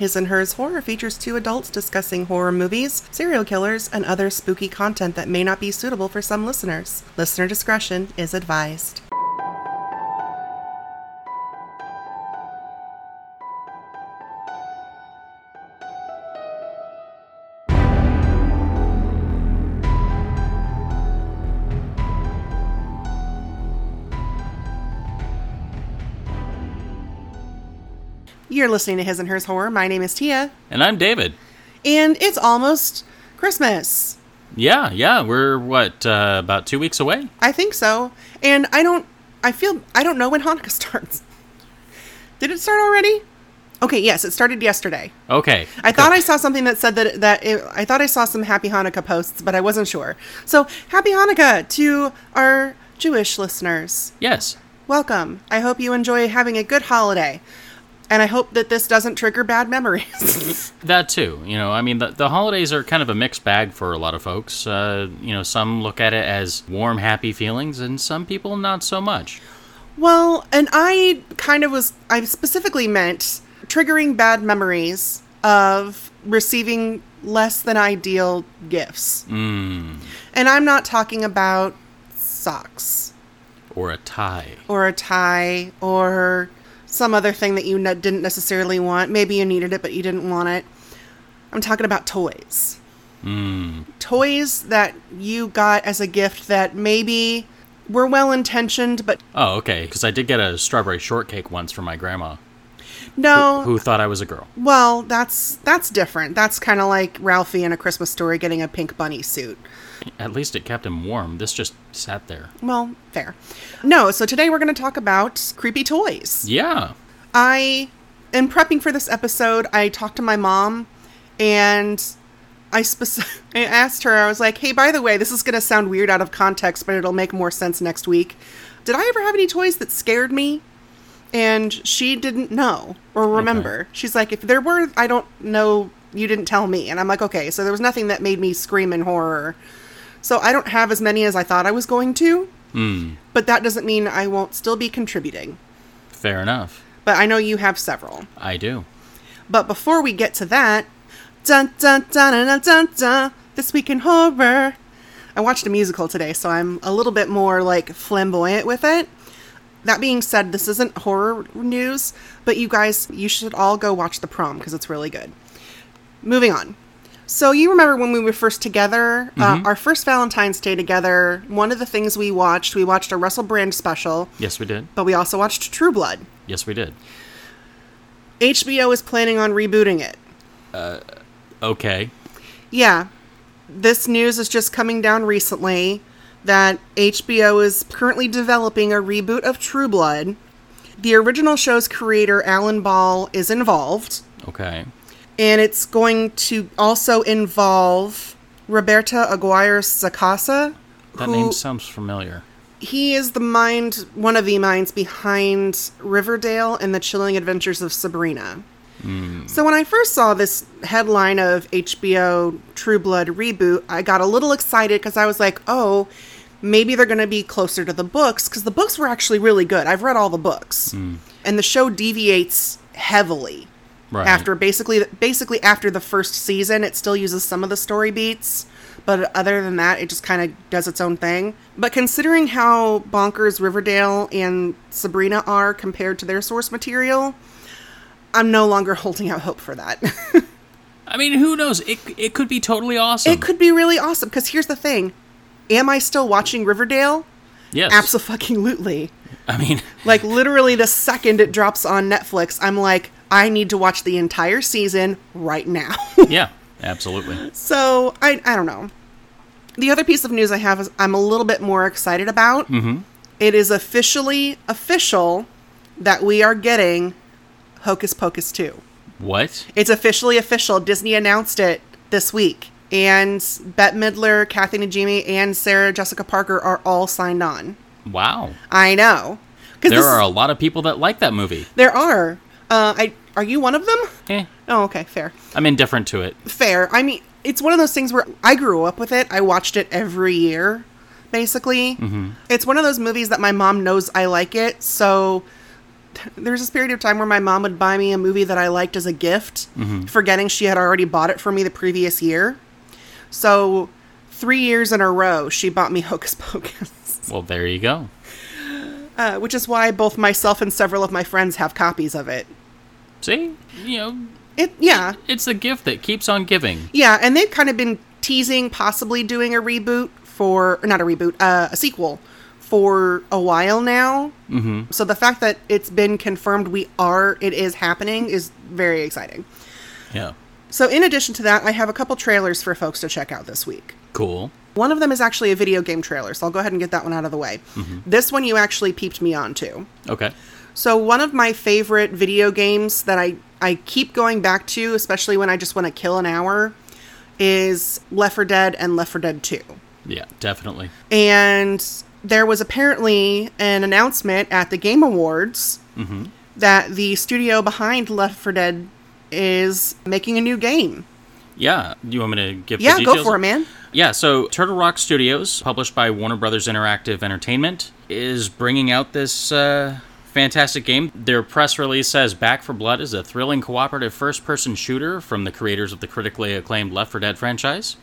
His and Hers Horror features two adults discussing horror movies, serial killers, and other spooky content that may not be suitable for some listeners. Listener discretion is advised. You're listening to His and Hers Horror. My name is Tia, And I'm David. and it's almost Christmas. Yeah, yeah, we're what uh, about two weeks away? I think so. And I don't. I feel. I don't know when Hanukkah starts. Did it start already? Okay. Yes, it started yesterday. Okay. I thought I saw something that said that that it, I thought I saw some Happy Hanukkah posts, but I wasn't sure. So Happy Hanukkah to our Jewish listeners. yes. Welcome. I hope you enjoy having a good holiday, and I hope that this doesn't trigger bad memories. That too. You know, I mean, the, the holidays are kind of a mixed bag for a lot of folks. Uh, you know, some look at it as warm, happy feelings, and some people not so much. Well, and I kind of was, I specifically meant triggering bad memories of receiving less than ideal gifts. Mm. And I'm not talking about socks Or a tie. or a tie or some other thing that you ne- didn't necessarily want. Maybe you needed it, but you didn't want it. I'm talking about toys. Hmm. Toys that you got as a gift that maybe were well intentioned, but Oh, okay. Because I did get a strawberry shortcake once from my grandma, no. who thought I was a girl. Well, that's that's different. That's kind of like Ralphie in a Christmas story getting a pink bunny suit. At least it kept him warm. This just sat there. Well, fair. No, so today we're going to talk about creepy toys. Yeah. I in prepping for this episode, I talked to my mom and I, spec- I asked her I was like, "Hey, by the way, this is going to sound weird out of context, but it'll make more sense next week. Did I ever have any toys that scared me?" And she didn't know or remember. She's like, "If there were, I don't know, you didn't tell me." And I'm like, "Okay, so there was nothing that made me scream in horror." So I don't have as many as I thought I was going to. But that doesn't mean I won't still be contributing. Fair enough. But I know you have several. I do. But before we get to that, dun dun dun dun dun dun, dun this week in horror. I watched a musical today, so I'm a little bit more like flamboyant with it. That being said, this isn't horror news, but you guys, you should all go watch The Prom because it's really good. Moving on. So, you remember when we were first together, uh, our first Valentine's Day together, one of the things we watched, we watched a Russell Brand special, Yes, we did. but we also watched True Blood. Yes, we did. HBO is planning on rebooting it. Okay. Yeah. This news is just coming down recently that HBO is currently developing a reboot of True Blood. The original show's creator, Alan Ball, is involved, Okay. and it's going to also involve Roberta Aguirre Sacasa. That name sounds familiar. He is the mind, one of the minds behind Riverdale and the Chilling Adventures of Sabrina. So when I first saw this headline of HBO True Blood reboot, I got a little excited because I was like, oh, maybe they're going to be closer to the books because the books were actually really good. I've read all the books, and the show deviates heavily. Right. After basically basically after the first season, it still uses some of the story beats, but other than that, it just kind of does its own thing. But considering how bonkers Riverdale and Sabrina are compared to their source material, I'm no longer holding out hope for that. I mean, who knows? It it could be totally awesome. it could be really awesome because here's the thing: Am I still watching Riverdale? Yes. Absolutely. I mean, Like literally, the second it drops on Netflix, I'm like, I need to watch the entire season right now. yeah, absolutely. so I, I don't know. The other piece of news I have is I'm a little bit more excited about. Mm-hmm. is officially official that we are getting Hocus Pocus two. What? It's officially official. Disney announced it this week. And Bette Midler, Kathy Najimy, and Sarah Jessica Parker are all signed on. Wow. I know. 'Cause There this- are a lot of people that like that movie. There are. Uh, I, are you one of them? Eh, Oh, okay, fair. I'm indifferent to it. Fair. I mean, it's one of those things where I grew up with it. I watched it every year, basically. It's one of those movies that my mom knows I like it, so there was this period of time where my mom would buy me a movie that I liked as a gift, forgetting she had already bought it for me the previous year. So, three years in a row, she bought me Hocus Pocus, Well, there you go. uh, which is why both myself and several of my friends have copies of it. See, you know, It, yeah, it's the gift that keeps on giving. yeah, and they've kind of been teasing possibly doing a reboot for, or not a reboot, uh, a sequel for a while now. hmm So the fact that it's been confirmed we are, it is happening, is very exciting. Yeah. So, in addition to that, I have a couple trailers for folks to check out this week. Cool. One of them is actually a video game trailer, so I'll go ahead and get that one out of the way. This one you actually peeped me on to. Okay. So, one of my favorite video games that I, I keep going back to, especially when I just want to kill an hour, is Left 4 Dead and Left 4 Dead 2. Yeah, definitely. And there was apparently an announcement at the Game Awards Mm-hmm. that the studio behind Left 4 Dead is making a new game. Yeah. Do you want me to give? Yeah, the go details? for it, man. Yeah, so Turtle Rock Studios, published by Warner Brothers Interactive Entertainment, is bringing out this uh, fantastic game. Their press release says Back for Blood is a thrilling cooperative first person shooter from the creators of the critically acclaimed Left 4 Dead franchise.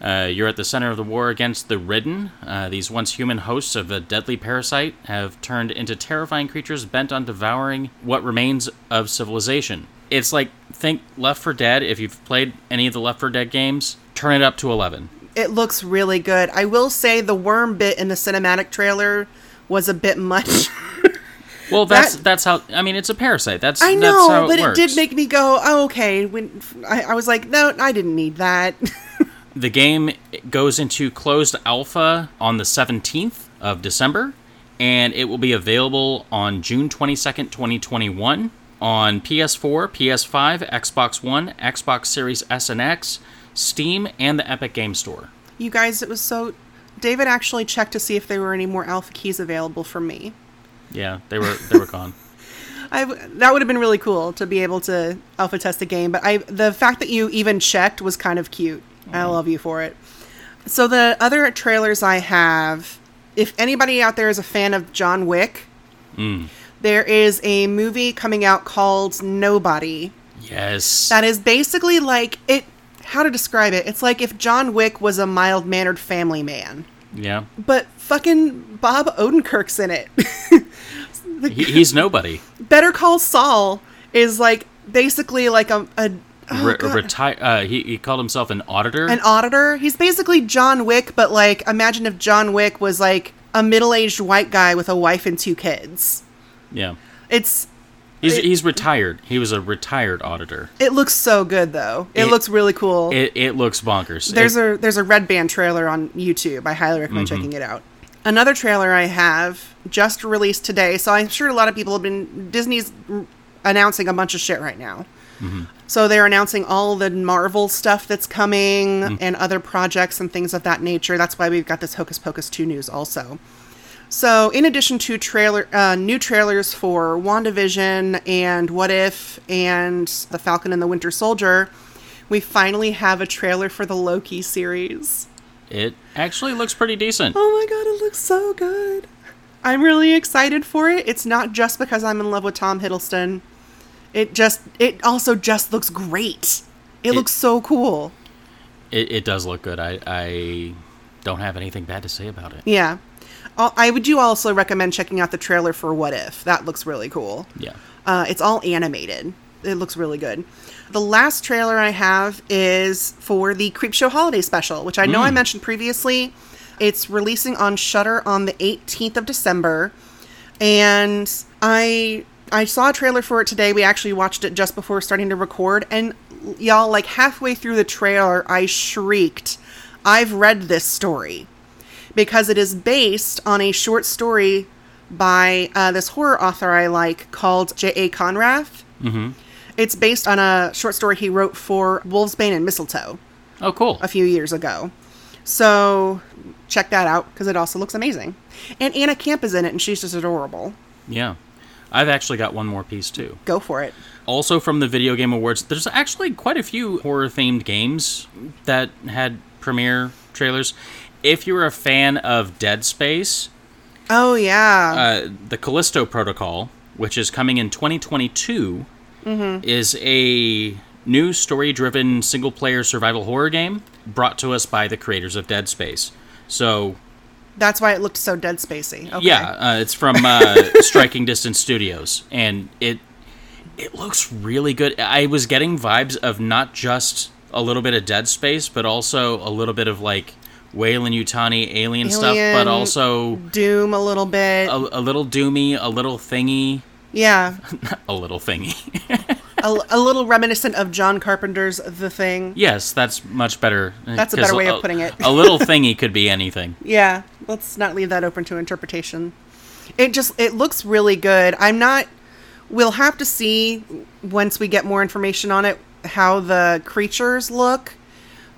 Uh, you're at the center of the war against the Ridden. Uh, these once human hosts of a deadly parasite have turned into terrifying creatures bent on devouring what remains of civilization. It's like, think Left 4 Dead. If you've played any of the Left 4 Dead games, turn it up to 11. It looks really good. I will say the worm bit in the cinematic trailer was a bit much. Well, that's That- that's how. I mean, it's a parasite. That's I that's how know, it but works. it did make me go, oh, okay. When I, I was like, no, I didn't need that. the game goes into closed alpha on the seventeenth of December, and it will be available on June twenty second, twenty twenty one, on PS4, PS5, Xbox One, Xbox Series S and X, Steam, and the Epic Game Store. you guys, it was so. David actually checked to see if there were any more alpha keys available for me. Yeah, they were they were gone. I w- that would have been really cool to be able to alpha test a game, but I the fact that you even checked was kind of cute. I love you for it. So the other trailers I have, if anybody out there is a fan of John Wick, Hmm. there is a movie coming out called Nobody Yes. that is basically like it. How to describe it? It's like if John Wick was a mild mannered family man, yeah. but fucking Bob Odenkirk's in it. The- He, he's nobody. Better Call Saul is like basically like a, a oh Re- God, reti- uh, he, he called himself an auditor. an auditor. He's basically John Wick, but like imagine if John Wick was like a middle-aged white guy with a wife and two kids. yeah. It's He's, It- he's retired. He was a retired auditor. it looks so good though. It, It- looks really cool. It, it looks bonkers. there's It- a there's a red band trailer on YouTube. I highly recommend checking it out. Another trailer I have just released today, so I'm sure a lot of people have been Disney's r- announcing a bunch of shit right now. So they're announcing all the Marvel stuff that's coming and other projects and things of that nature. That's why we've got this Hocus Pocus 2 news also. So in addition to trailer uh, new trailers for WandaVision and What If and The Falcon and the Winter Soldier, we finally have a trailer for the Loki series. it actually looks pretty decent. Oh my god, it looks so good. I'm really excited for it. It's not just because I'm in love with Tom Hiddleston. It just it also just looks great. It, It- looks so cool. It, it does look good. I, I don't have anything bad to say about it. Yeah. Al- I would do also recommend checking out the trailer for What If. That looks really cool. Yeah. Uh, it's all animated. It looks really good. The last trailer I have is for the Creepshow Holiday Special, which I know I mentioned previously. It's releasing on Shutter on the 18th of December, and I I saw a trailer for it today. We actually watched it just before starting to record, and y'all, like halfway through the trailer, I shrieked, "I've read this story!" because it is based on a short story by uh, this horror author I like called J.A. Conrath. Mm-hmm. It's based on a short story he wrote for Wolvesbane and Mistletoe Oh, cool. a few years ago. So check that out because it also looks amazing. And Anna Camp is in it and she's just adorable. Yeah. I've actually got one more piece, too. Go for it. Also from the Video Game Awards, there's actually quite a few horror themed games that had premiere trailers. If you're a fan of Dead Space, Oh, yeah. uh, the uh, Callisto Protocol which is coming in 2022, Mm-hmm. is a new story driven single player survival horror game brought to us by the creators of Dead Space. So, That's why it looked so Dead Spacey. Okay. yeah, uh, it's from uh, Striking Distance Studios, and it it looks really good. I was getting vibes of not just a little bit of Dead Space, but also a little bit of like Wayland Utani alien, stuff, but Alien, also Doom a little bit. a, a little doomy, a little thingy, yeah. a little thingy. a, a little reminiscent of John Carpenter's The Thing. yes, that's much better. That's a better way of putting it. a little thingy could be anything. Yeah, let's not leave that open to interpretation. It just it looks really good. I'm not we'll have to see once we get more information on it how the creatures look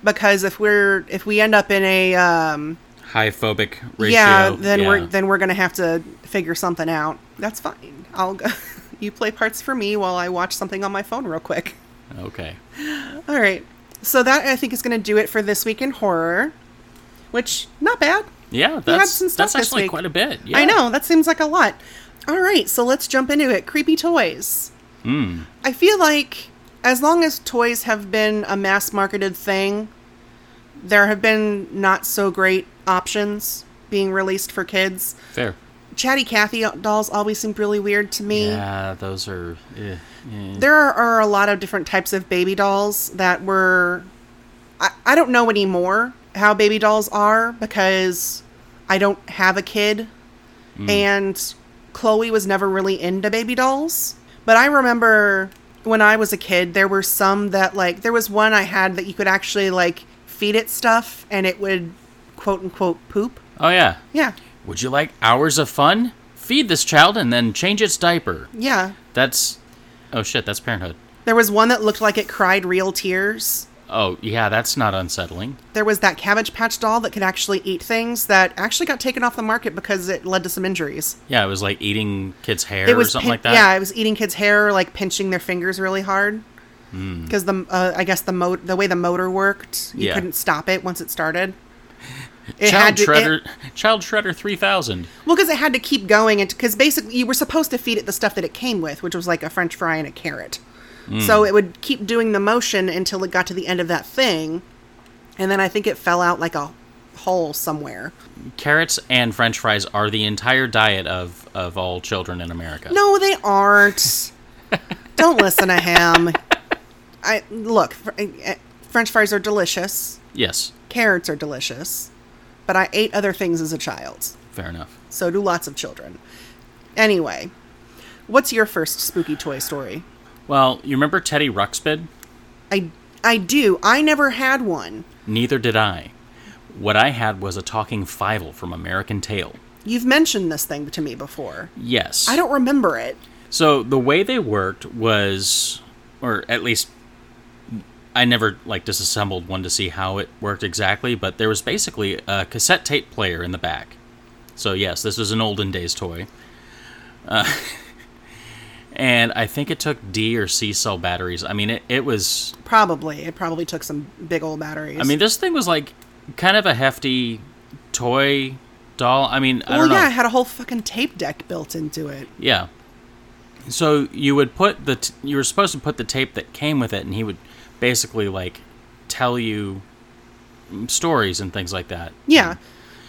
because if we're if we end up in a um High phobic ratio. yeah, then we're yeah. then we're going to have to figure something out. That's fine. I'll go you play parts for me while I watch something on my phone real quick. okay. All right. So that I think is going to do it for this week in horror, which not bad. Yeah, had that's some stuff that's this actually week. quite a bit. Yeah. I know, that seems like a lot. All right, so let's jump into it. Creepy toys. Mm. I feel like as long as toys have been a mass marketed thing, there have been not so great options being released for kids. Fair. Chatty Cathy dolls always seemed really weird to me. Yeah, those are. eh, eh. There are, are a lot of different types of baby dolls that were. I, I don't know anymore how baby dolls are because I don't have a kid. And Chloe was never really into baby dolls. But I remember when I was a kid, there were some that, like, there was one I had that you could actually, like, feed it stuff and it would quote unquote poop. Oh yeah. Yeah. Would you like hours of fun? Feed this child and then change its diaper. Yeah. That's. Oh shit, that's Parenthood. There was one that looked like it cried real tears. Oh yeah, that's not unsettling. there was that cabbage patch doll that could actually eat things that actually got taken off the market because it led to some injuries. Yeah, it was like eating kids' hair It was or something pin- like that. Yeah, it was eating kids' hair, like pinching their fingers really hard. Because the uh, I guess the mo- the way the motor worked, you Hmm. Yeah. couldn't stop it once it started. It Child had to, Shredder, It, Child Shredder three thousand. well, because it had to keep going, and because basically you were supposed to feed it the stuff that it came with, which was like a French fry and a carrot. Hmm. So it would keep doing the motion until it got to the end of that thing, and then I think it fell out like a hole somewhere. Carrots and French fries are the entire diet of of all children in America. No, they aren't. Don't listen to him. I look. fr- eh, French fries are delicious. Yes, Carrots are delicious. But I ate other things as a child. fair enough. So do lots of children. Anyway, what's your first spooky toy story? Well, you remember Teddy Ruxpin? I I do. I never had one. Neither did I. What I had was a talking fivel from American Tail. You've mentioned this thing to me before. Yes. I don't remember it. So the way they worked was, or at least I never like disassembled one to see how it worked exactly, but there was basically a cassette tape player in the back. So yes, this was an olden days toy. Uh, and I think it took D or C cell batteries. I mean, it, it was. Probably. It probably took some big old batteries. I mean, this thing was like kind of a hefty toy doll. I mean, I well, don't know. Oh, yeah, it had a whole fucking tape deck built into it. Yeah. So you would put the t- you were supposed to put the tape that came with it, and he would basically like tell you mm, stories and things like that. Yeah.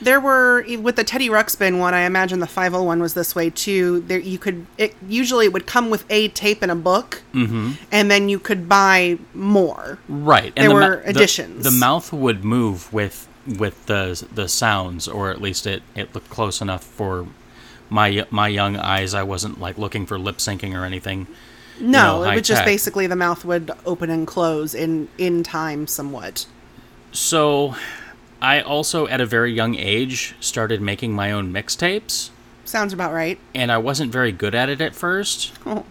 There were e, with the Teddy Ruxpin one. I imagine the 501 was this way too. There you could it usually it would come with a tape and a book, mm-hmm. and then you could buy more. Right. There And the mou- were the- additions. The, mouth would move with with the the sounds, or at least it it looked close enough for my my young eyes. I wasn't like looking for lip syncing or anything. No, know, it high would just tech. basically the mouth would open and close in in time somewhat. So I also at a very young age started making my own mixtapes. Sounds about right. and I wasn't very good at it at first. Oh.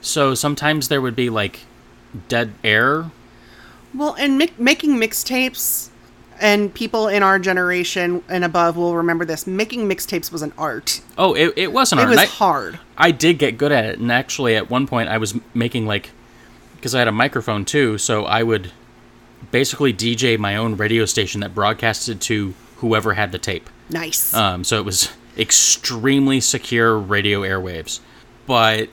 So sometimes there would be like dead air. Well, and mi- making mixtapes and people in our generation and above will remember this. Making mixtapes was an art. Oh, it, it wasn't It art. was and I, hard. I did get good at it, and actually, at one point, I was m- making like because I had a microphone too, so I would basically DJ my own radio station that broadcasted to whoever had the tape. Nice. Um, so it was extremely secure radio airwaves. but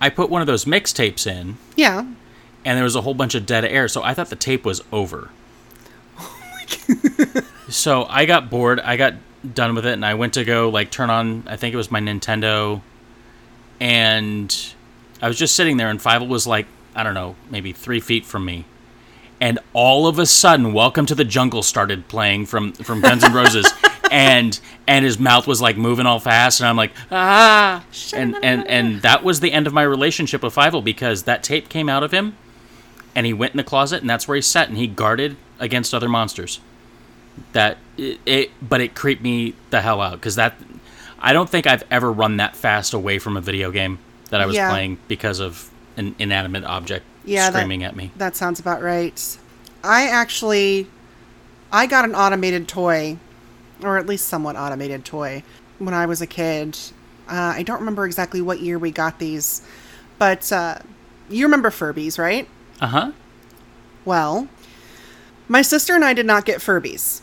I put one of those mixtapes in, Yeah. and there was a whole bunch of dead air, so I thought the tape was over. so I got bored. I got done with it, and I went to go like turn on. I think it was my Nintendo, and I was just sitting there, and Fivel was like, I don't know, maybe three feet from me. And all of a sudden, "Welcome to the Jungle" started playing from from Guns N' Roses, and and his mouth was like moving all fast, and I'm like, ah, and and and that was the end of my relationship with Fivel because that tape came out of him, and he went in the closet, and that's where he sat, and he guarded against other monsters that it, it but it creeped me the hell out because that i don't think i've ever run that fast away from a video game that i was Yeah. playing because of an inanimate object Yeah, that- screaming at me That sounds about right. I actually I got an automated toy, or at least somewhat automated toy, when I was a kid. Uh, I don't remember exactly what year we got these, but uh, you remember Furbies, right? uh-huh Well, my sister and I did not get Furbies.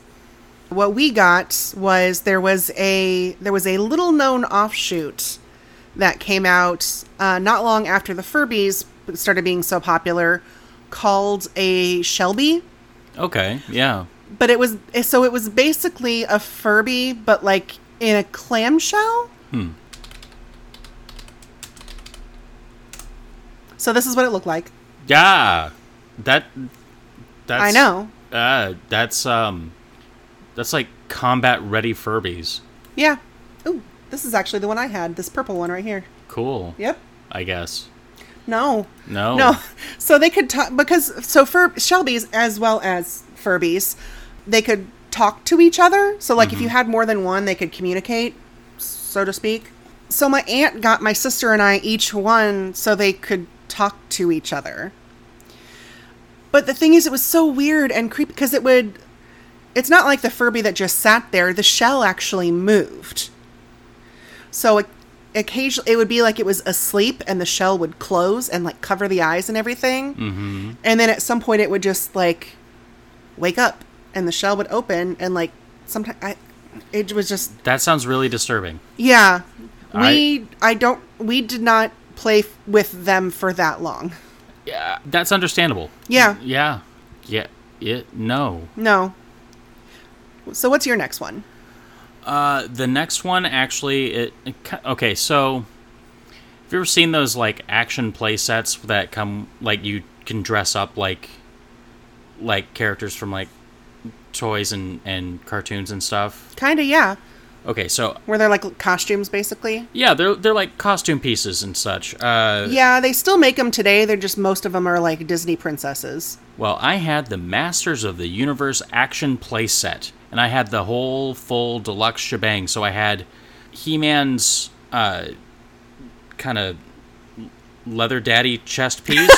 What we got was there was a there was a little known offshoot that came out uh, not long after the Furbies started being so popular, called a Shelby. okay yeah But it was so it was basically a Furby, but like in a clamshell. hmm So this is what it looked like. yeah that that's I know. uh that's um that's like combat ready furbies Yeah. Ooh, this is actually the one I had. This purple one right here. cool Yep. i guess No. no No, so they could talk because so for Shelbies as well as Furbies, they could talk to each other. So like if you had more than one, they could communicate, so to speak. So my aunt got my sister and I each one so they could talk to each other. But the thing is, it was so weird and creepy because it would. It's not like the Furby that just sat there. The shell actually moved. So it, occasionally, it would be like it was asleep, and the shell would close and like cover the eyes and everything. mm-hmm And then at some point, it would just like wake up, and the shell would open, and like sometimes I, it was just that sounds really disturbing yeah. I- We I don't we did not play f- with them for that long. yeah that's understandable Yeah. yeah yeah it no No. So what's your next one? Uh, the next one actually, it, it ki- okay. So, have you ever seen those like action play sets that come like you can dress up like like characters from like toys and and cartoons and stuff? Kind of yeah. Okay, so Where they're like costumes basically. yeah, they're they're like costume pieces and such. Uh, Yeah, they still make them today. They're just most of them are like Disney princesses. Well, I had the Masters of the Universe action playset, and I had the whole full deluxe shebang. So I had He Man's uh, kind of leather daddy chest piece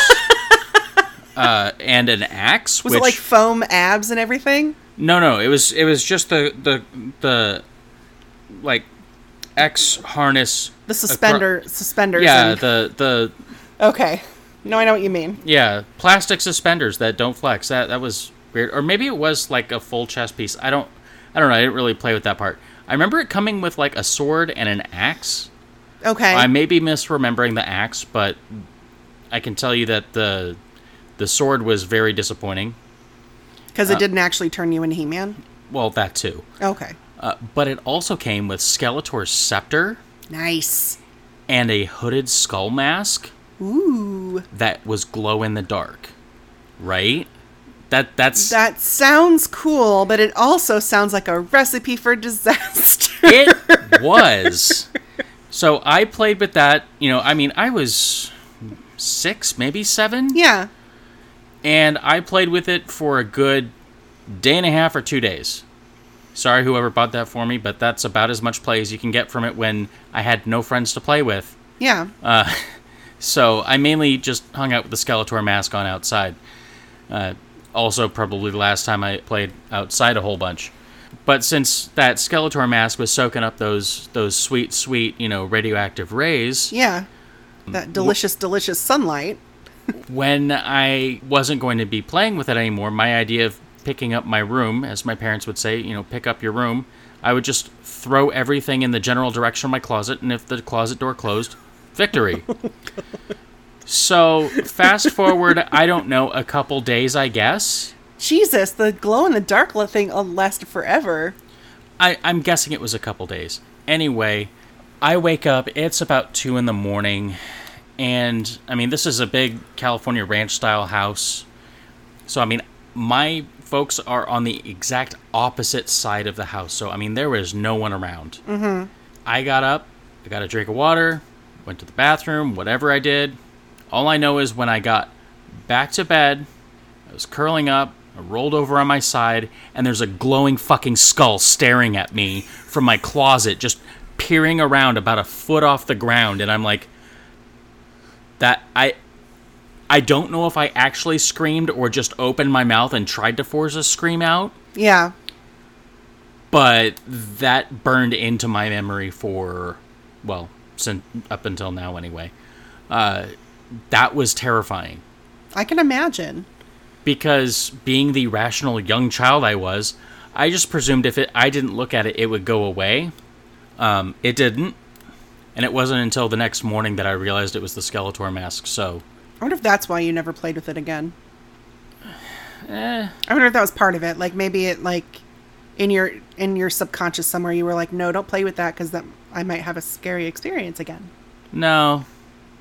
uh, and an axe. Was which, it like foam abs and everything? no, no, it was it was just the the the like X harness. The suspender suspenders. Uh, yeah, and- the the okay. No, I know what you mean. Yeah, plastic suspenders that don't flex. That that was weird. Or maybe it was like a full chest piece. I don't I don't know. I didn't really play with that part. I remember it coming with like a sword and an axe. Okay. I may be misremembering the axe, but I can tell you that the the sword was very disappointing. Because uh, it didn't actually turn you into He Man. Well, that too. Okay. Uh, but it also came with Skeletor's scepter Nice. and a hooded skull mask Ooh. that was glow in the dark. Right? That that's That sounds cool, but it also sounds like a recipe for disaster. it was. So I played with that. You know, I mean, I was six, maybe seven, yeah. and I played with it for a good day and a half or two days. Sorry, whoever bought that for me, but that's about as much play as you can get from it when I had no friends to play with. Yeah. Uh, so I mainly just hung out with the Skeletor mask on outside. Uh, also, probably the last time I played outside a whole bunch. But since that Skeletor mask was soaking up those those sweet, sweet, you know, radioactive rays, yeah. mm, That delicious, delicious sunlight. when I wasn't going to be playing with it anymore, my idea of picking up my room, as my parents would say, you know, pick up your room, I would just throw everything in the general direction of my closet, and if the closet door closed, Victory. so, fast forward, I don't know, a couple days, I guess. Jesus, the glow in the dark li- thing uh, lasted forever. I, I'm guessing it was a couple days. Anyway, I wake up, it's about two in the morning, and I mean, this is a big California ranch style house. So, I mean, my folks are on the exact opposite side of the house. So, I mean, there was no one around. Mm-hmm. I got up, I got a drink of water, went to the bathroom, whatever I did. All I know is when I got back to bed, I was curling up, I rolled over on my side, and there's a glowing fucking skull staring at me from my closet, just peering around about a foot off the ground, and I'm like, that I I don't know if I actually screamed or just opened my mouth and tried to force a scream out, Yeah. but that burned into my memory for well, since up until now anyway. Uh, that was terrifying. I can imagine. because being the rational young child I was, I just presumed if it, I didn't look at it, it would go away. Um, it didn't, and it wasn't until the next morning that I realized it was the Skeletor mask. So, I wonder if that's why you never played with it again. I wonder if that was part of it. Like maybe it like in your in your subconscious somewhere you were like, no, don't play with that because that I might have a scary experience again. no,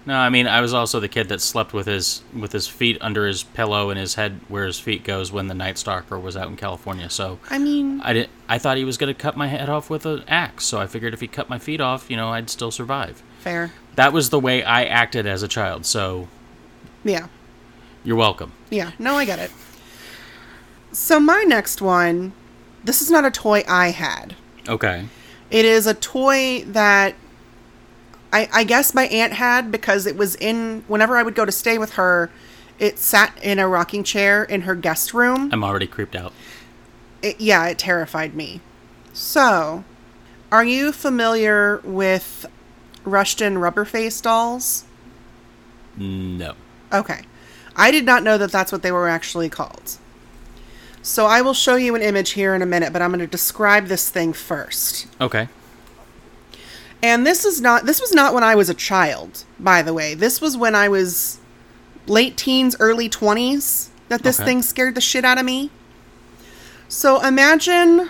no. I mean, I was also the kid that slept with his with his feet under his pillow and his head where his feet goes when the Night Stalker was out in California. So, I mean, I didn't. I thought he was going to cut my head off with an axe. So I figured if he cut my feet off, you know, I'd still survive. fair. That was the way I acted as a child. So Yeah. You're welcome. Yeah, no, I get it. So, my next one this is not a toy I had. Okay. It is a toy that I, I guess my aunt had because it was in, whenever I would go to stay with her, it sat in a rocking chair in her guest room. I'm already creeped out. It, yeah, it terrified me. So, are you familiar with Rushton Rubberface dolls? No. Okay. I did not know that that's what they were actually called. So I will show you an image here in a minute, but I'm going to describe this thing first. Okay. And this is not this was not when I was a child, by the way. This was when I was late teens, early 20s that this Okay. thing scared the shit out of me. So imagine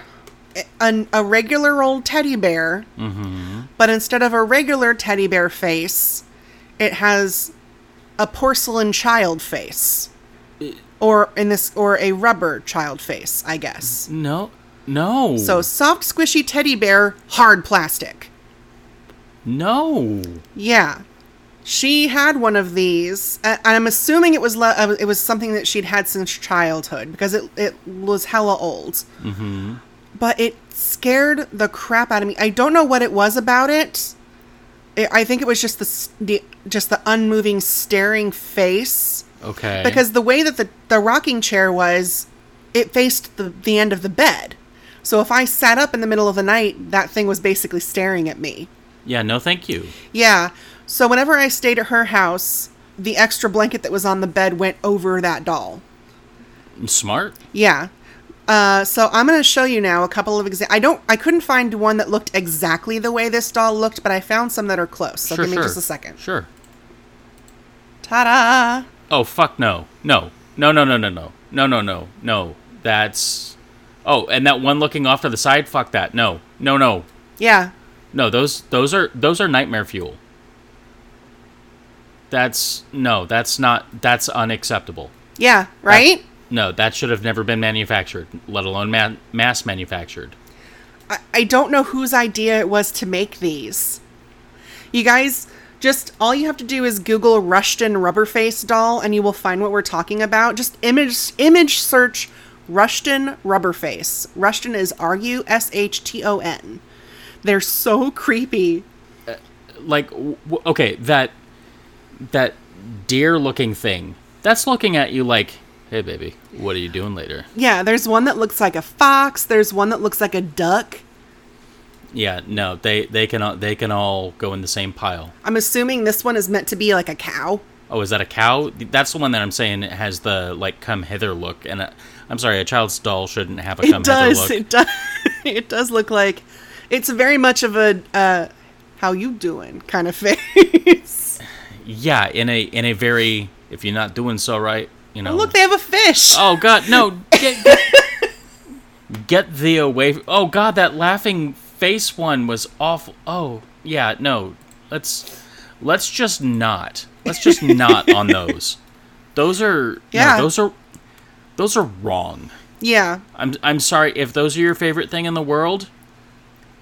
a- an, a regular old teddy bear, but instead of a regular teddy bear face, it has a porcelain child face. Or in this or a rubber child face, I guess. No. No. So soft squishy teddy bear, hard plastic. no. Yeah, she had one of these. I- I'm assuming it was le- uh, it was something that she'd had since childhood because it it was hella old. Mm-hmm. But it scared the crap out of me. I don't know what it was about it. it I think it was just the, s- the just the unmoving staring face Okay. because the way that the, the rocking chair was, it faced the, the end of the bed. So if I sat up in the middle of the night, that thing was basically staring at me. yeah, no thank you. Yeah. So whenever I stayed at her house, the extra blanket that was on the bed went over that doll. Smart. Yeah. Uh, so I'm going to show you now a couple of examples. I don't, I couldn't find one that looked exactly the way this doll looked, but I found some that are close. So sure, give me sure. just a second. Sure. Ta-da! Oh fuck no. No. No no no no no. No no no. No. That's Oh, and that one looking off to the side, fuck that. No. No no. Yeah. No, those those are those are nightmare fuel. That's no, that's not that's unacceptable. Yeah. That- Right? no, that should have never been manufactured, let alone man, mass manufactured. I, I don't know whose idea it was to make these. You guys, just all you have to do is Google Rushton Rubberface doll, and you will find what we're talking about. Just image image search Rushton Rubberface. Rushton is R U S H T O N. They're so creepy. like w- w- okay that that deer looking thing that's looking at you like hey baby what are you doing later Yeah, there's one that looks like a fox. There's one that looks like a duck. yeah no they they can all, they can all go in the same pile I'm assuming this one is meant to be like a cow. oh is that a cow that's the one that i'm saying it has the like come hither look and i i'm sorry a child's doll shouldn't have a It come does. hither look It does. it does look like it's very much of a uh, "how you doing" kind of face. yeah, in a in a very if you're not doing so right, you know. Oh, look, they have a fish. Oh God, no! Get, get, get thee away! Oh God, that laughing face one was awful. Oh yeah, no. Let's let's just not. Let's just not on those. Those are yeah. Yeah. those are those are wrong. Yeah, I'm I'm sorry if those are your favorite thing in the world.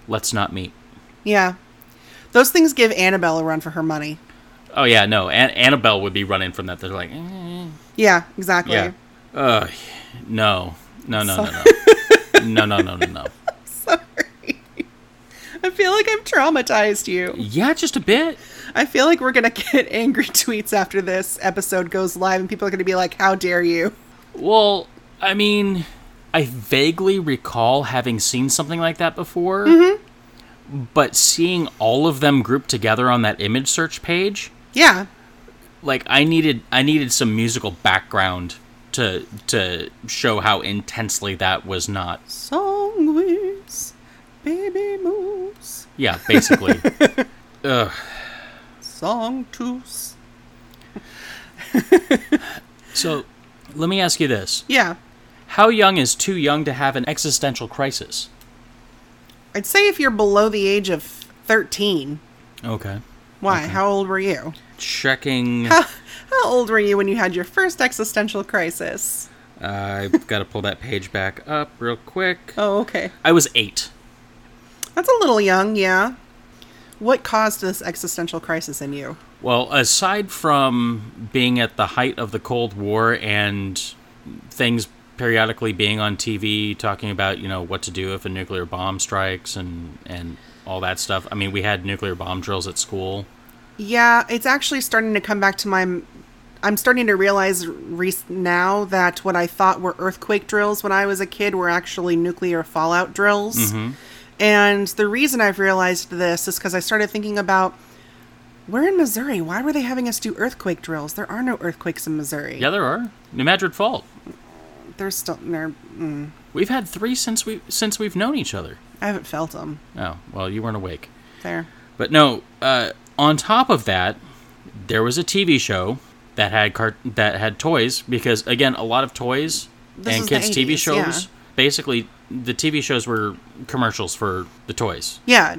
Let's not meet. yeah. Those things give Annabelle a run for her money. Oh yeah, no. An- Annabelle would be running from that. They're like, eh, Yeah, exactly. yeah. Ugh. no, no, no, no, no, no, no, no, no, no. Sorry. I feel like I've traumatized you. Yeah, just a bit. I feel like we're going to get angry tweets after this episode goes live, and people are going to be like, How dare you? Well, I mean, I vaguely recall having seen something like that before, but seeing all of them grouped together on that image search page, Yeah. like I needed I needed some musical background to to show how intensely that was not. Song waves, baby moves, Yeah, basically. Ugh. song tools. So, let me ask you this: Yeah. How young is too young to have an existential crisis? I'd say if you're below the age of 13, Okay. why? How old were you? Checking. How, how old were you when you had your first existential crisis? I've got to pull that page back up real quick. Oh, okay. I was eight. That's a little young, yeah. What caused this existential crisis in you? Well, aside from being at the height of the Cold War and things periodically being on TV talking about, you know, what to do if a nuclear bomb strikes and and all that stuff. I mean, we had nuclear bomb drills at school. Yeah, it's actually starting to come back to my. I'm starting to realize re- now that what I thought were earthquake drills when I was a kid were actually nuclear fallout drills. And the reason I've realized this is because I started thinking about we're in Missouri. Why were they having us do earthquake drills? There are no earthquakes in Missouri. Yeah, there are. New Madrid Fault. There's still there. Mm, We've had 3 since we since we've known each other. I haven't felt them Oh, well, you weren't awake. there. But no, uh, on top of that, there was a TV show that had cart- that had toys because again, a lot of toys This and is kids the TV 80s, yeah. shows basically the TV shows were commercials for the toys. Yeah,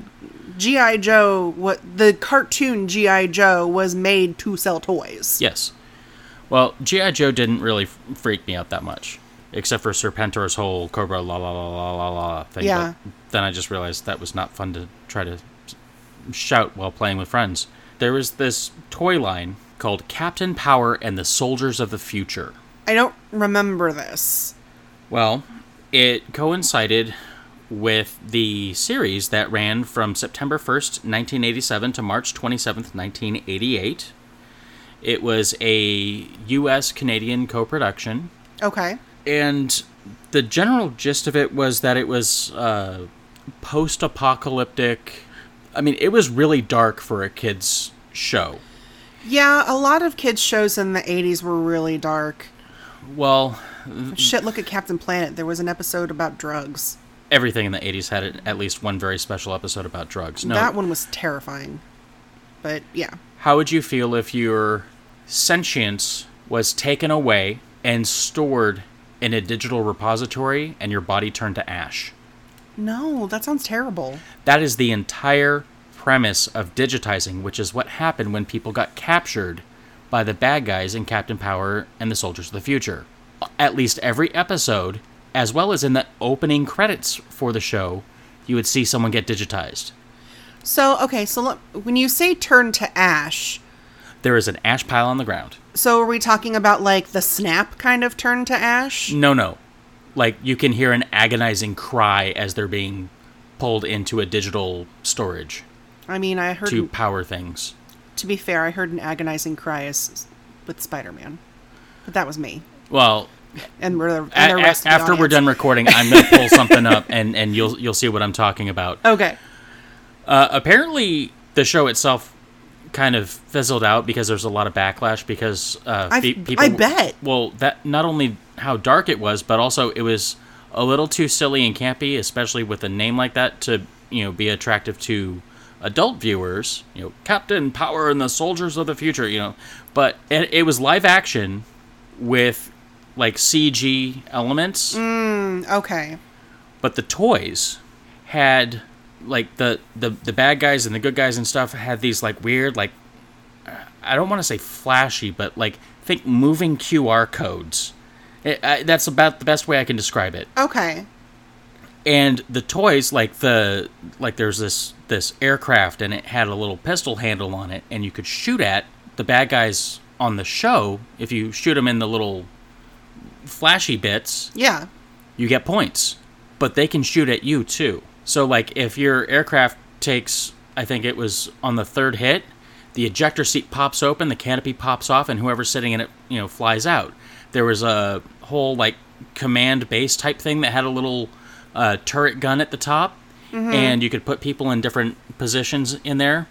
GI Joe. What the cartoon GI Joe was made to sell toys. Yes. Well, GI Joe didn't really f- freak me out that much, except for Serpentor's whole Cobra la la la la la la thing. Yeah. But then I just realized that was not fun to try to s- shout while playing with friends. There was this toy line called Captain Power and the Soldiers of the Future. I don't remember this. Well, it coincided with the series that ran from September 1st, 1987 to March 27th, 1988. It was a US Canadian co production, Okay. and the general gist of it was that it was uh, post apocalyptic. I mean, it was really dark for a kid's show. Yeah, a lot of kids' shows in the 80s were really dark. Well, Shit, look at Captain Planet. There was an episode about drugs. everything in the 80s had at least one very special episode about drugs. No, That one was terrifying. But yeah. How would you feel if your sentience was taken away and stored in a digital repository and your body turned to ash? No, that sounds terrible. That is the entire premise of digitizing, which is what happened when people got captured by the bad guys in Captain Power and the Soldiers of the Future. At least every episode, as well as in the opening credits for the show, you would see someone get digitized. So, okay, so look, when you say turn to ash, There is an ash pile on the ground. so are we talking about like the snap kind of turn to ash? No, no. Like you can hear an agonizing cry as they're being pulled into a digital storage I mean, I heard, to power things. to be fair, I heard an agonizing cry as, with Spider Man. But that was me. Well, And we're the, a- and the a- rest of the after we're audience. done recording, I'm going to pull something up and and you'll you'll see what I'm talking about. Okay. Uh, apparently, the show itself kind of fizzled out because there's a lot of backlash because uh, I- fe- people. I bet. Well, that not only how dark it was, but also it was a little too silly and campy, especially with a name like that to you know be attractive to adult viewers, you know, Captain Power and the Soldiers of the Future, you know, but it, it was live action with like CG elements, Okay. but the toys had like the, the the bad guys and the good guys and stuff had these like weird like I don't want to say flashy, but like think moving QR codes. It, I, that's about the best way I can describe it Okay. and the toys like the like there's this this aircraft and it had a little pistol handle on it and you could shoot at the bad guys on the show if you shoot them in the little flashy bits Yeah. you get points but they can shoot at you too so like if your aircraft takes i think it was on the third hit the ejector seat pops open the canopy pops off and whoever's sitting in it you know flies out there was a whole like command base type thing that had a little uh, turret gun at the top and you could put people in different positions in there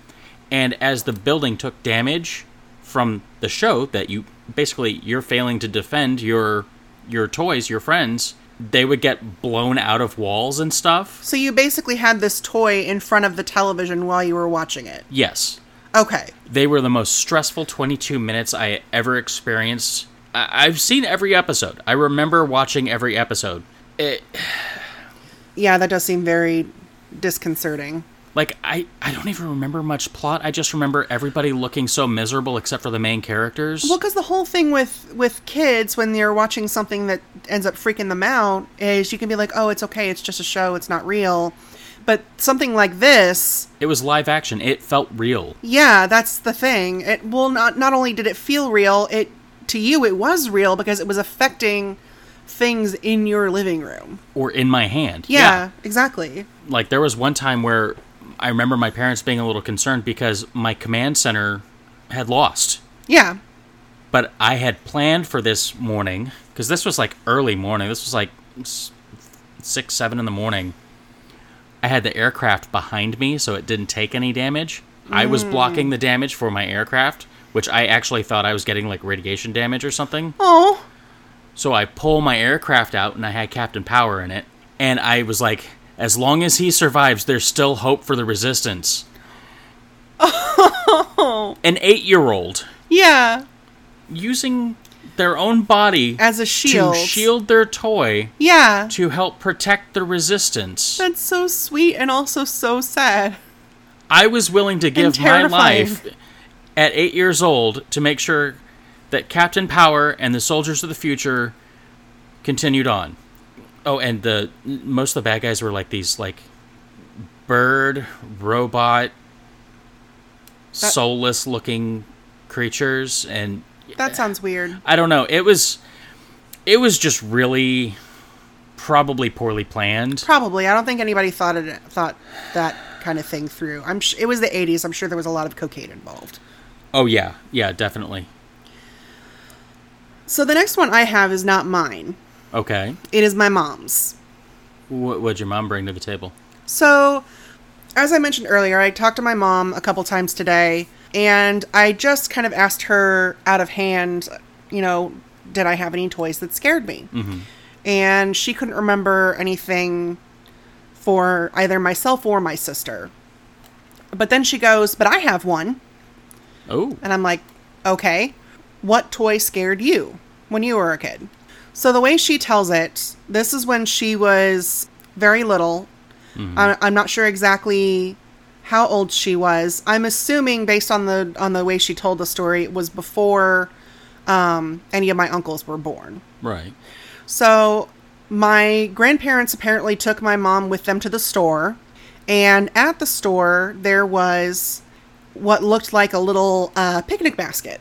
and as the building took damage from the show that you basically you're failing to defend your your toys, your friends, they would get blown out of walls and stuff. So you basically had this toy in front of the television while you were watching it. Yes. Okay. They were the most stressful 22 minutes I ever experienced. I- I've seen every episode. I remember watching every episode. It, Yeah, that does seem very disconcerting. like I, I don't even remember much plot. I just remember everybody looking so miserable except for the main characters. Well, because the whole thing with with kids when they're watching something that ends up freaking them out is you can be like, "Oh, it's okay. It's just a show. It's not real." But something like this, It was live action. It felt real. yeah, that's the thing. It well, not not only did it feel real, it to you it was real because it was affecting things in your living room. Or in my hand. Yeah, exactly. like there was one time where I remember my parents being a little concerned because my command center had lost. Yeah, But I had planned for this morning because this was like early morning. This was like s- six, seven in the morning. I had the aircraft behind me, so it didn't take any damage. I was blocking the damage for my aircraft, which I actually thought I was getting like radiation damage or something. Oh, So I pull my aircraft out and I had Captain Power in it. And I was like, as long as he survives, there's still hope for the resistance. An eight year old yeah. using their own body As a shield. to shield their toy Yeah. to help protect the resistance. That's so sweet and also so sad. I was willing to give my terrifying. life at eight years old to make sure that Captain Power and the Soldiers of the Future continued on. Oh, and the most of the bad guys were like these like bird robot soulless looking creatures and That sounds weird. I don't know. It was it was just really probably poorly planned. Probably. I don't think anybody thought it thought that kind of thing through. I'm sh- it was the 80s. I'm sure there was a lot of cocaine involved. Oh yeah. Yeah, definitely. So the next one I have is not mine. Okay. It is my mom's. What would your mom bring to the table? So as I mentioned earlier, I talked to my mom a couple times today and I just kind of asked her out of hand, you know, did I have any toys that scared me? And she couldn't remember anything for either myself or my sister. But then she goes, "But I have one." Oh, And I'm like, okay, what toy scared you when you were a kid? So the way she tells it, this is when she was very little. I- I'm not sure exactly how old she was. I'm assuming based on the on the way she told the story, it was before um, any of my uncles were born. right. So my grandparents apparently took my mom with them to the store, and at the store there was what looked like a little uh, picnic basket.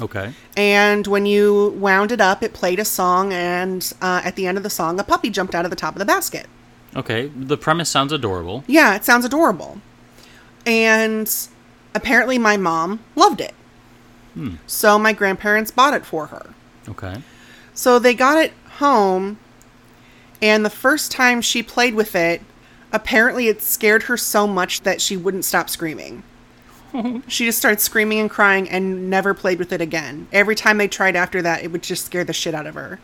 Okay. And when you wound it up, it played a song, and uh, at the end of the song, a puppy jumped out of the top of the basket. Okay. The premise sounds adorable. Yeah, it sounds adorable. And apparently, my mom loved it. So my grandparents bought it for her. Okay. So they got it home, and the first time she played with it, apparently it scared her so much that she wouldn't stop screaming. she just started screaming and crying and never played with it again. Every time they tried after that, it would just scare the shit out of her.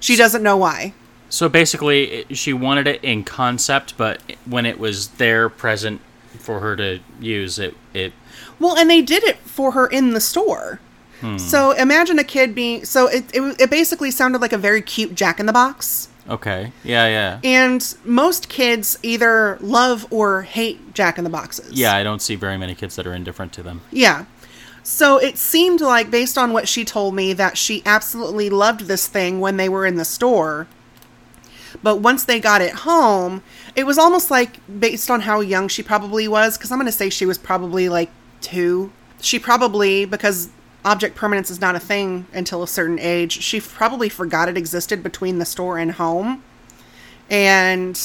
She doesn't know why. So basically, it- she wanted it in concept, but when it was there present for her to use. It it Well, and they did it for her in the store. So imagine a kid being so it, it it basically sounded like a very cute Jack in the Box. okay. Yeah, yeah. And most kids either love or hate Jack in the Boxes. yeah, I don't see very many kids that are indifferent to them. Yeah. So it seemed like, based on what she told me, that she absolutely loved this thing when they were in the store. But once they got it home, it was almost like, based on how young she probably was, because I'm going to say she was probably like two. She probably, because object permanence is not a thing until a certain age, she probably forgot it existed between the store and home. And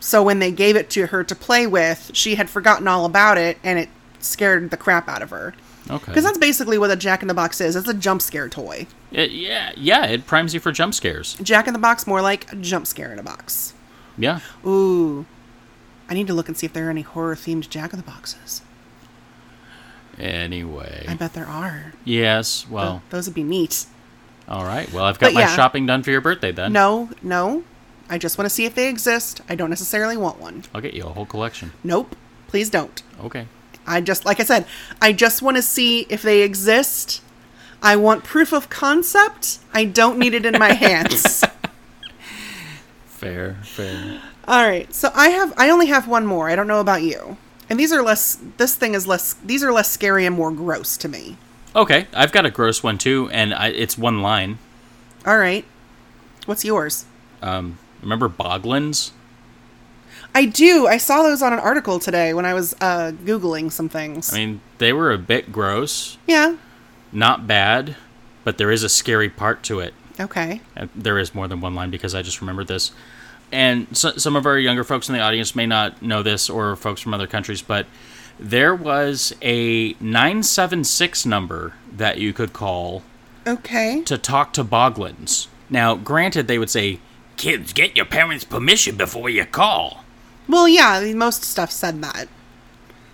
so when they gave it to her to play with, she had forgotten all about it and it scared the crap out of her. Okay. Because that's basically what a Jack in the Box is. It's a jump scare toy. It- yeah, yeah, it primes you for jump scares. Jack in the Box, more like a jump scare in a box. Yeah. Ooh. I need to look and see if there are any horror themed Jack in the Boxes. I Anyway. bet there are. Yes, well, Those would be neat. all right. Well, I've got Uh, But my yeah. shopping done for your birthday then. No, no. I just want to see if they exist. I don't necessarily want one. I'll get you a whole collection. Nope. Please don't. Okay. I just, like I said, I just want to see if they exist. I want proof of concept. I don't need it in my hands. Fair, fair. All right. So I have, I only have one more. I don't know about you. And these are less, this thing is less, these are less scary and more gross to me. Okay, I've got a gross one too, and I, it's one line. All right. What's yours? Um, remember Boglins? I do. I saw those on an article today when I was uh, Googling some things. I mean, they were a bit gross, yeah. not bad, but there is a scary part to it. Okay. Uh, There is more than one line because I just remembered this. And so, some of our younger folks in the audience may not know this, or folks from other countries, but there was a 976 number that you could call Okay. to talk to Boglins. Now, granted, they would say, Kids, get your parents' permission before you call. Well, yeah, most stuff said that.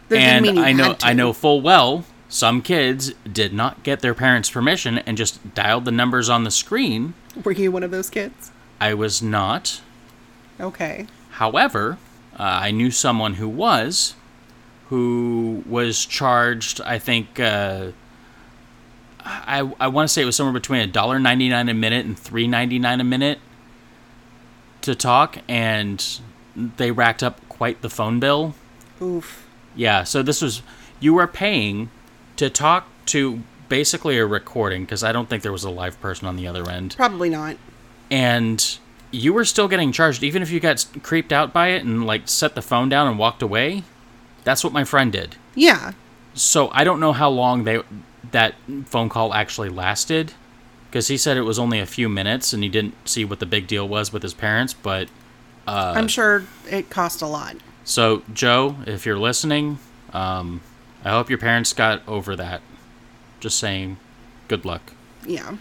There didn't and mean you I know had to. I know full well some kids did not get their parents' permission and just dialed the numbers on the screen. Were you one of those kids? I was not. Okay. However, uh, I knew someone who was, who was charged. I think uh, I I want to say it was somewhere between a dollar ninety nine a minute and three ninety nine a minute to talk, and they racked up quite the phone bill. Oof. Yeah, so this was you were paying to talk to basically a recording because I don't think there was a live person on the other end, Probably not. and you were still getting charged even if you got s- creeped out by it and like set the phone down and walked away. That's what my friend did. Yeah. So I don't know how long they that phone call actually lasted because he said it was only a few minutes and he didn't see what the big deal was with his parents, but I'm sure it cost a lot. So, Joe, if you're listening, um, I hope your parents got over that. Just saying, good luck. Yeah.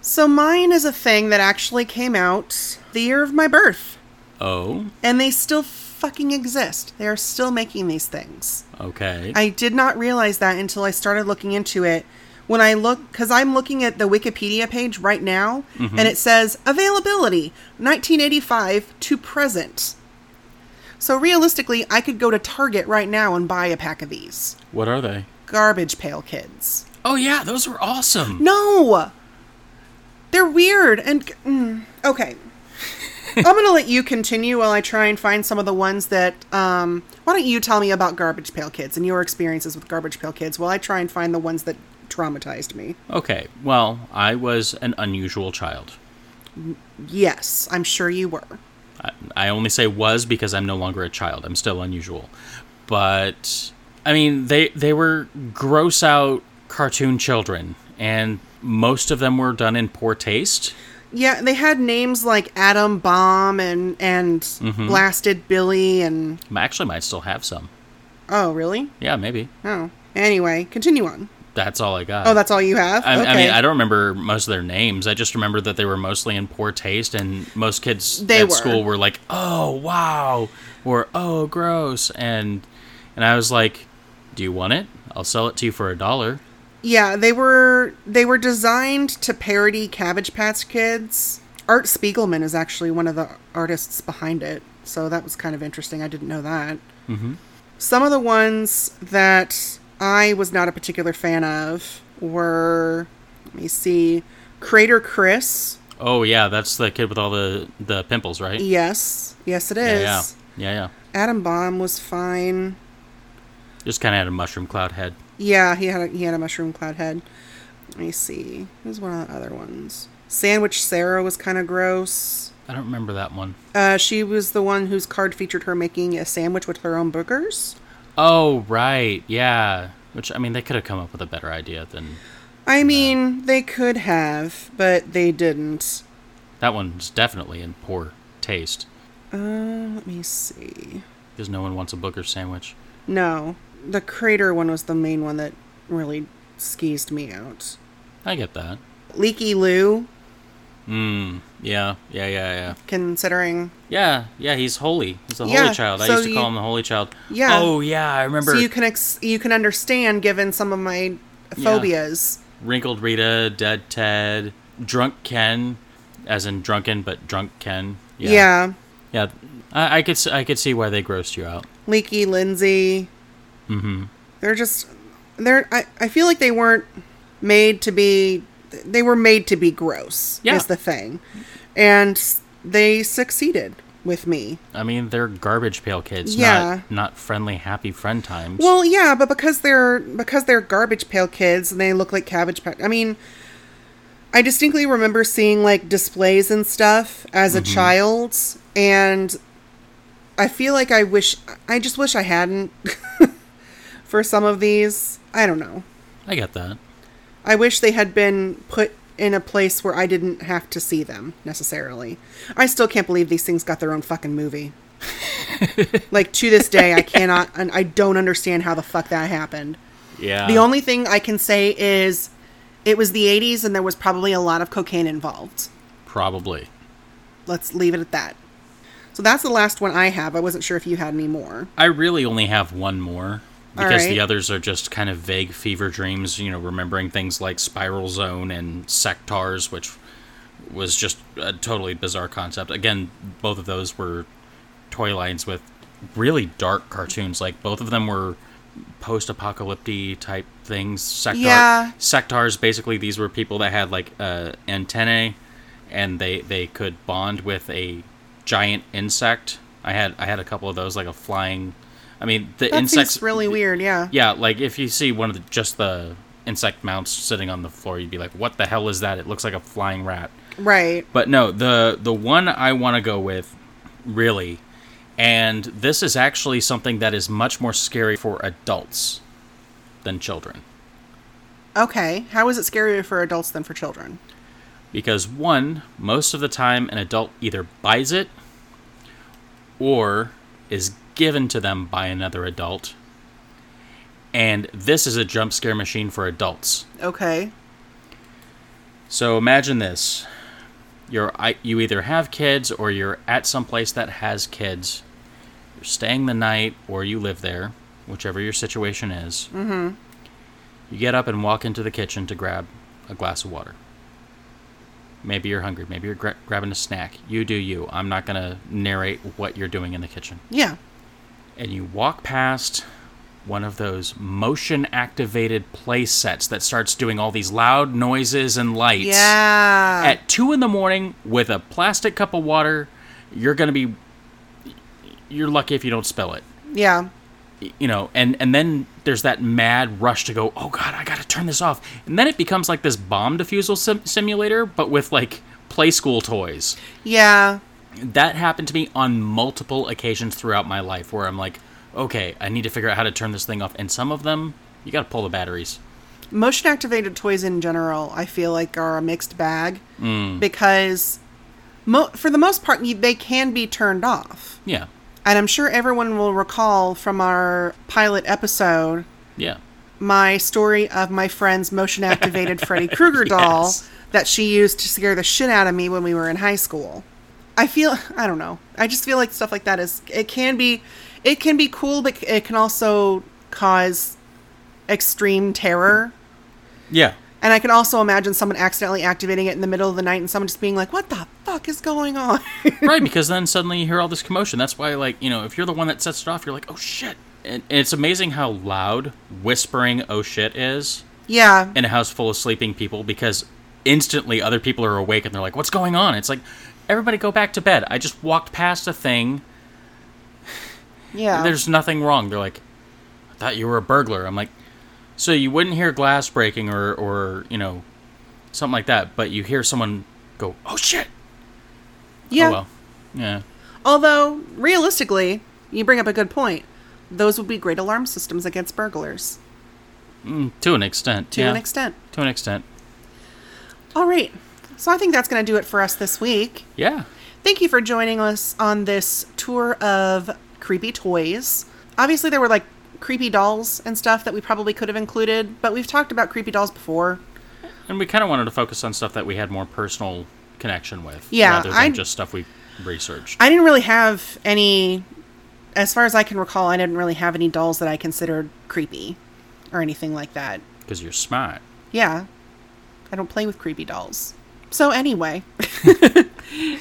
So mine is a thing that actually came out the year of my birth, Oh, and they still fucking exist. They are still making these things. okay. I did not realize that until I started looking into it. When I look, because I'm looking at the Wikipedia page right now, and it says availability 1985 to present. So realistically, I could go to Target right now and buy a pack of these. what are they? Garbage pail kids. Oh, yeah, those were awesome. No! They're weird and. Mm, okay. I'm gonna let you continue while I try and find some of the ones that. Um, why don't you tell me about Garbage Pail Kids and your experiences with Garbage Pail Kids while I try and find the ones that traumatized me? Okay, well, I was an unusual child. Yes, I'm sure you were. I, I only say was because I'm no longer a child. I'm still unusual. But I mean, they they were gross out cartoon children, and most of them were done in poor taste. Yeah, they had names like Adam Bomb and and Mm-hmm. Blasted Billy and I actually might still have some. oh really? Yeah, maybe. Oh, anyway, continue on. That's all I got. Oh, that's all you have. I, I mean, I don't remember most of their names. I just remember that they were mostly in poor taste, and most kids They at were. school were like, "Oh wow," or "Oh gross," and and I was like, "Do you want it? I'll sell it to you for a dollar." Yeah, they were they were designed to parody Cabbage Patch Kids. Art Spiegelman is actually one of the artists behind it, so that was kind of interesting. I didn't know that. Mm-hmm. Some of the ones that I was not a particular fan of were, let me see, Crater Chris. Oh yeah, that's the kid with all the the pimples, right? Yes, yes, it Yeah, is. yeah, yeah, yeah. Atom Bomb was fine. Just kind of had a mushroom cloud head. Yeah, he had a, he had a mushroom cloud head. Let me see. Who's one of the other ones? Sandwich Sarah was kind of gross. I don't remember that one. Uh, she was the one whose card featured her making a sandwich with her own boogers. Oh right, yeah. Which I mean, they could have come up with a better idea than I mean, they could have, but they didn't. that one's definitely in poor taste Uh, let me see. because no one wants a booger sandwich. No, the crater one was the main one that really skeezed me out. I get that. Leaky Lou, Mm. Yeah. Yeah. Yeah. Yeah. considering Yeah. Yeah. He's holy. He's the Yeah, holy child. I so used to you- call him the holy child. Yeah. Oh yeah, I remember. so you can ex- you can understand given some of my phobias. Wrinkled Rita, Dead Ted, Drunk Ken, as in drunken but drunk Ken. Yeah. Yeah, I, I could s- I could see why they grossed you out. Leaky Lindsay. Mm-hmm. They're just they're I, I feel like they weren't made to be they were made to be gross. Yeah. Is the thing. And they succeeded with me. I mean, they're garbage pail kids. Yeah. Not, not friendly, happy friend times. Well, yeah, but because they're because they're garbage pail kids and they look like cabbage patch. I mean, I distinctly remember seeing like displays and stuff as a child, and I feel like I wish I just wish I hadn't for some of these. I don't know. I get that. I wish they had been put in a place where I didn't have to see them necessarily. I still can't believe these things got their own fucking movie. like to this day, I cannot, and I don't understand how the fuck that happened. Yeah. The only thing I can say is it was the 80s and there was probably a lot of cocaine involved. probably. Let's leave it at that. So that's the last one I have. I wasn't sure if you had any more. I really only have one more because Alright. the others are just kind of vague fever dreams. You know, remembering things like Spiral Zone and Sectars, which was just a totally bizarre concept. Again, both of those were toy lines with really dark cartoons. Like both of them were post-apocalyptic type things. Sectar, Yeah. Sectars basically these were people that had like uh, antennae, and they they could bond with a giant insect. I had I had a couple of those, like a flying. I mean, the That insects seems really weird, yeah. yeah, like if you see one of the just the insect mounts sitting on the floor, you'd be like, "What the hell is that? It looks like a flying rat." Right. But no, the the one I want to go with really and this is actually something that is much more scary for adults than children Okay. How is it scarier for adults than for children? because one, most of the time an adult either buys it or is given to them by another adult. And this is a jump scare machine for adults. Okay. So imagine this: you're I, you either have kids or you're at some place that has kids. You're staying the night or you live there, whichever your situation is. Mm-hmm. You get up and walk into the kitchen to grab a glass of water. Maybe you're hungry. Maybe you're gra- grabbing a snack. You do you. I'm not gonna narrate what you're doing in the kitchen. Yeah. And you walk past one of those motion-activated play sets that starts doing all these loud noises and lights Yeah. at two in the morning with a plastic cup of water, you're gonna be you're lucky if you don't spill it. yeah. Y- You know, and and then there's that mad rush to go. Oh God, I gotta turn this off. And then it becomes like this bomb defusal sim- simulator, but with like play school toys. Yeah. That happened to me on multiple occasions throughout my life, where I'm like, okay, I need to figure out how to turn this thing off. And some of them, you gotta pull the batteries. Motion activated toys in general, I feel like, are a mixed bag because, mo- for the most part, you- they can be turned off. Yeah, And I'm sure everyone will recall from our pilot episode yeah, my story of my friend's motion activated Freddy Krueger doll Yes. that she used to scare the shit out of me when we were in high school. I feel I don't know. I just feel like stuff like that is it can be it can be cool but it can also cause extreme terror. yeah. And I can also imagine someone accidentally activating it in the middle of the night and someone just being like, "What the fuck is going on?" right because then suddenly you hear all this commotion that's why like you know if you're the one that sets it off you're like oh shit and it's amazing how loud whispering "oh shit" is Yeah. in a house full of sleeping people because instantly other people are awake and they're like, "What's going on?" It's like, "Everybody go back to bed." I just walked past a thing. Yeah. There's nothing wrong. They're like, "I thought you were a burglar." I'm like, "So you wouldn't hear glass breaking or or you know, something like that, but you hear someone go, "Oh shit." yeah. Oh well. Yeah. Although, realistically, you bring up a good point. Those would be great alarm systems against burglars Mm, to an extent. to yeah. an extent. To an extent. All right. So I think that's going to do it for us this week. Yeah. Thank you for joining us on this tour of creepy toys. Obviously, there were like creepy dolls and stuff that we probably could have included, but we've talked about creepy dolls before. And we kind of wanted to focus on stuff that we had more personal connection with, Yeah, rather than I- just stuff we researched. I didn't really have any, as far as I can recall, I didn't really have any dolls that I considered creepy or anything like that. Because you're smart. Yeah. I don't play with creepy dolls. So, anyway,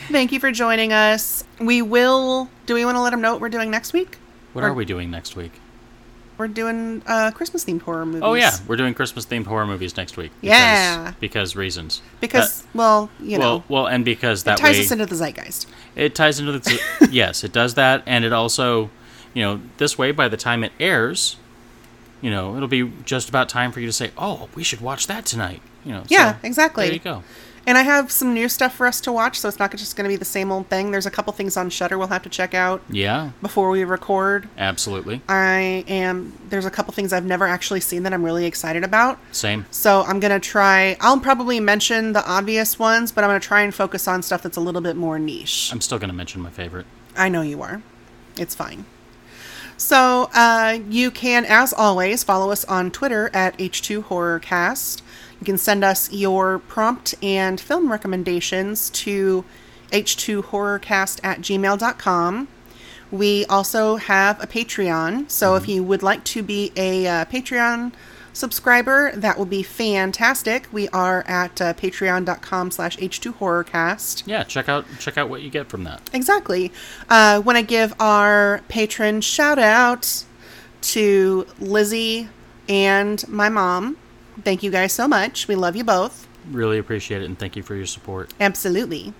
thank you for joining us. We will. Do we want to let them know what we're doing next week? What Or- are we doing next week? We're doing uh, Christmas themed horror movies. Oh yeah, we're doing Christmas themed horror movies next week. because- Yeah. because reasons. Because, Uh, well, you know, well, well, and because that it ties way us into the zeitgeist. it ties into the yes, it does that, and it also, you know, this way by the time it airs, you know, it'll be just about time for you to say, oh, we should watch that tonight. You know. Yeah, so exactly. There you go. And I have some new stuff for us to watch, so it's not just going to be the same old thing. There's a couple things on Shutter we'll have to check out Yeah, before we record. absolutely. I am. There's a couple things I've never actually seen that I'm really excited about. Same. So I'm gonna try. I'll probably mention the obvious ones, but I'm gonna try and focus on stuff that's a little bit more niche. I'm still gonna mention my favorite. I know you are. It's fine. So uh, you can, as always, follow us on Twitter at H2HorrorCast. You can send us your prompt and film recommendations to h2horrorcast at gmail.com. We also have a Patreon, so if you would like to be a uh, Patreon subscriber, that will be fantastic. We are at uh, patreon.com slash h2horrorcast. Yeah, check out check out what you get from that. Exactly. Uh, when I give our patron shout out to Lizzie and my mom, thank you guys so much. We love you both. Really appreciate it and thank you for your support. Absolutely.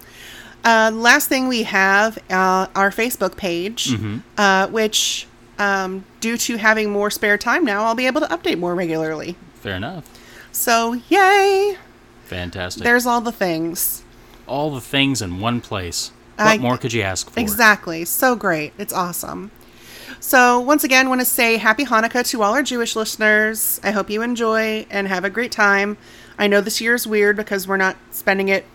Uh, last thing we have uh, our Facebook page, uh, which, um, due to having more spare time now, I'll be able to update more regularly. Fair enough. So, yay! Fantastic. There's all the things. all the things in one place. What I- more could you ask for? Exactly. So great. It's awesome. So, once again, want to say happy Hanukkah to all our Jewish listeners. I hope you enjoy and have a great time. I know this year is weird because we're not spending it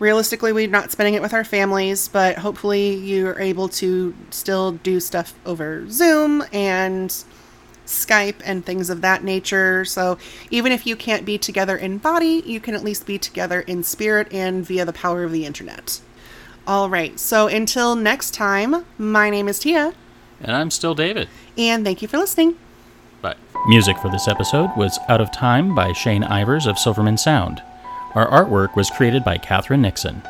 realistically, we're not spending it with our families, but hopefully, you're able to still do stuff over Zoom and Skype and things of that nature. So, even if you can't be together in body, you can at least be together in spirit and via the power of the internet. All right. So until next time, my name is Tia, And I'm still David. and thank you for listening. Bye. Music for this episode was Out of Time by Shane Ivers of Silverman Sound. Our artwork was created by Katherine Nixon.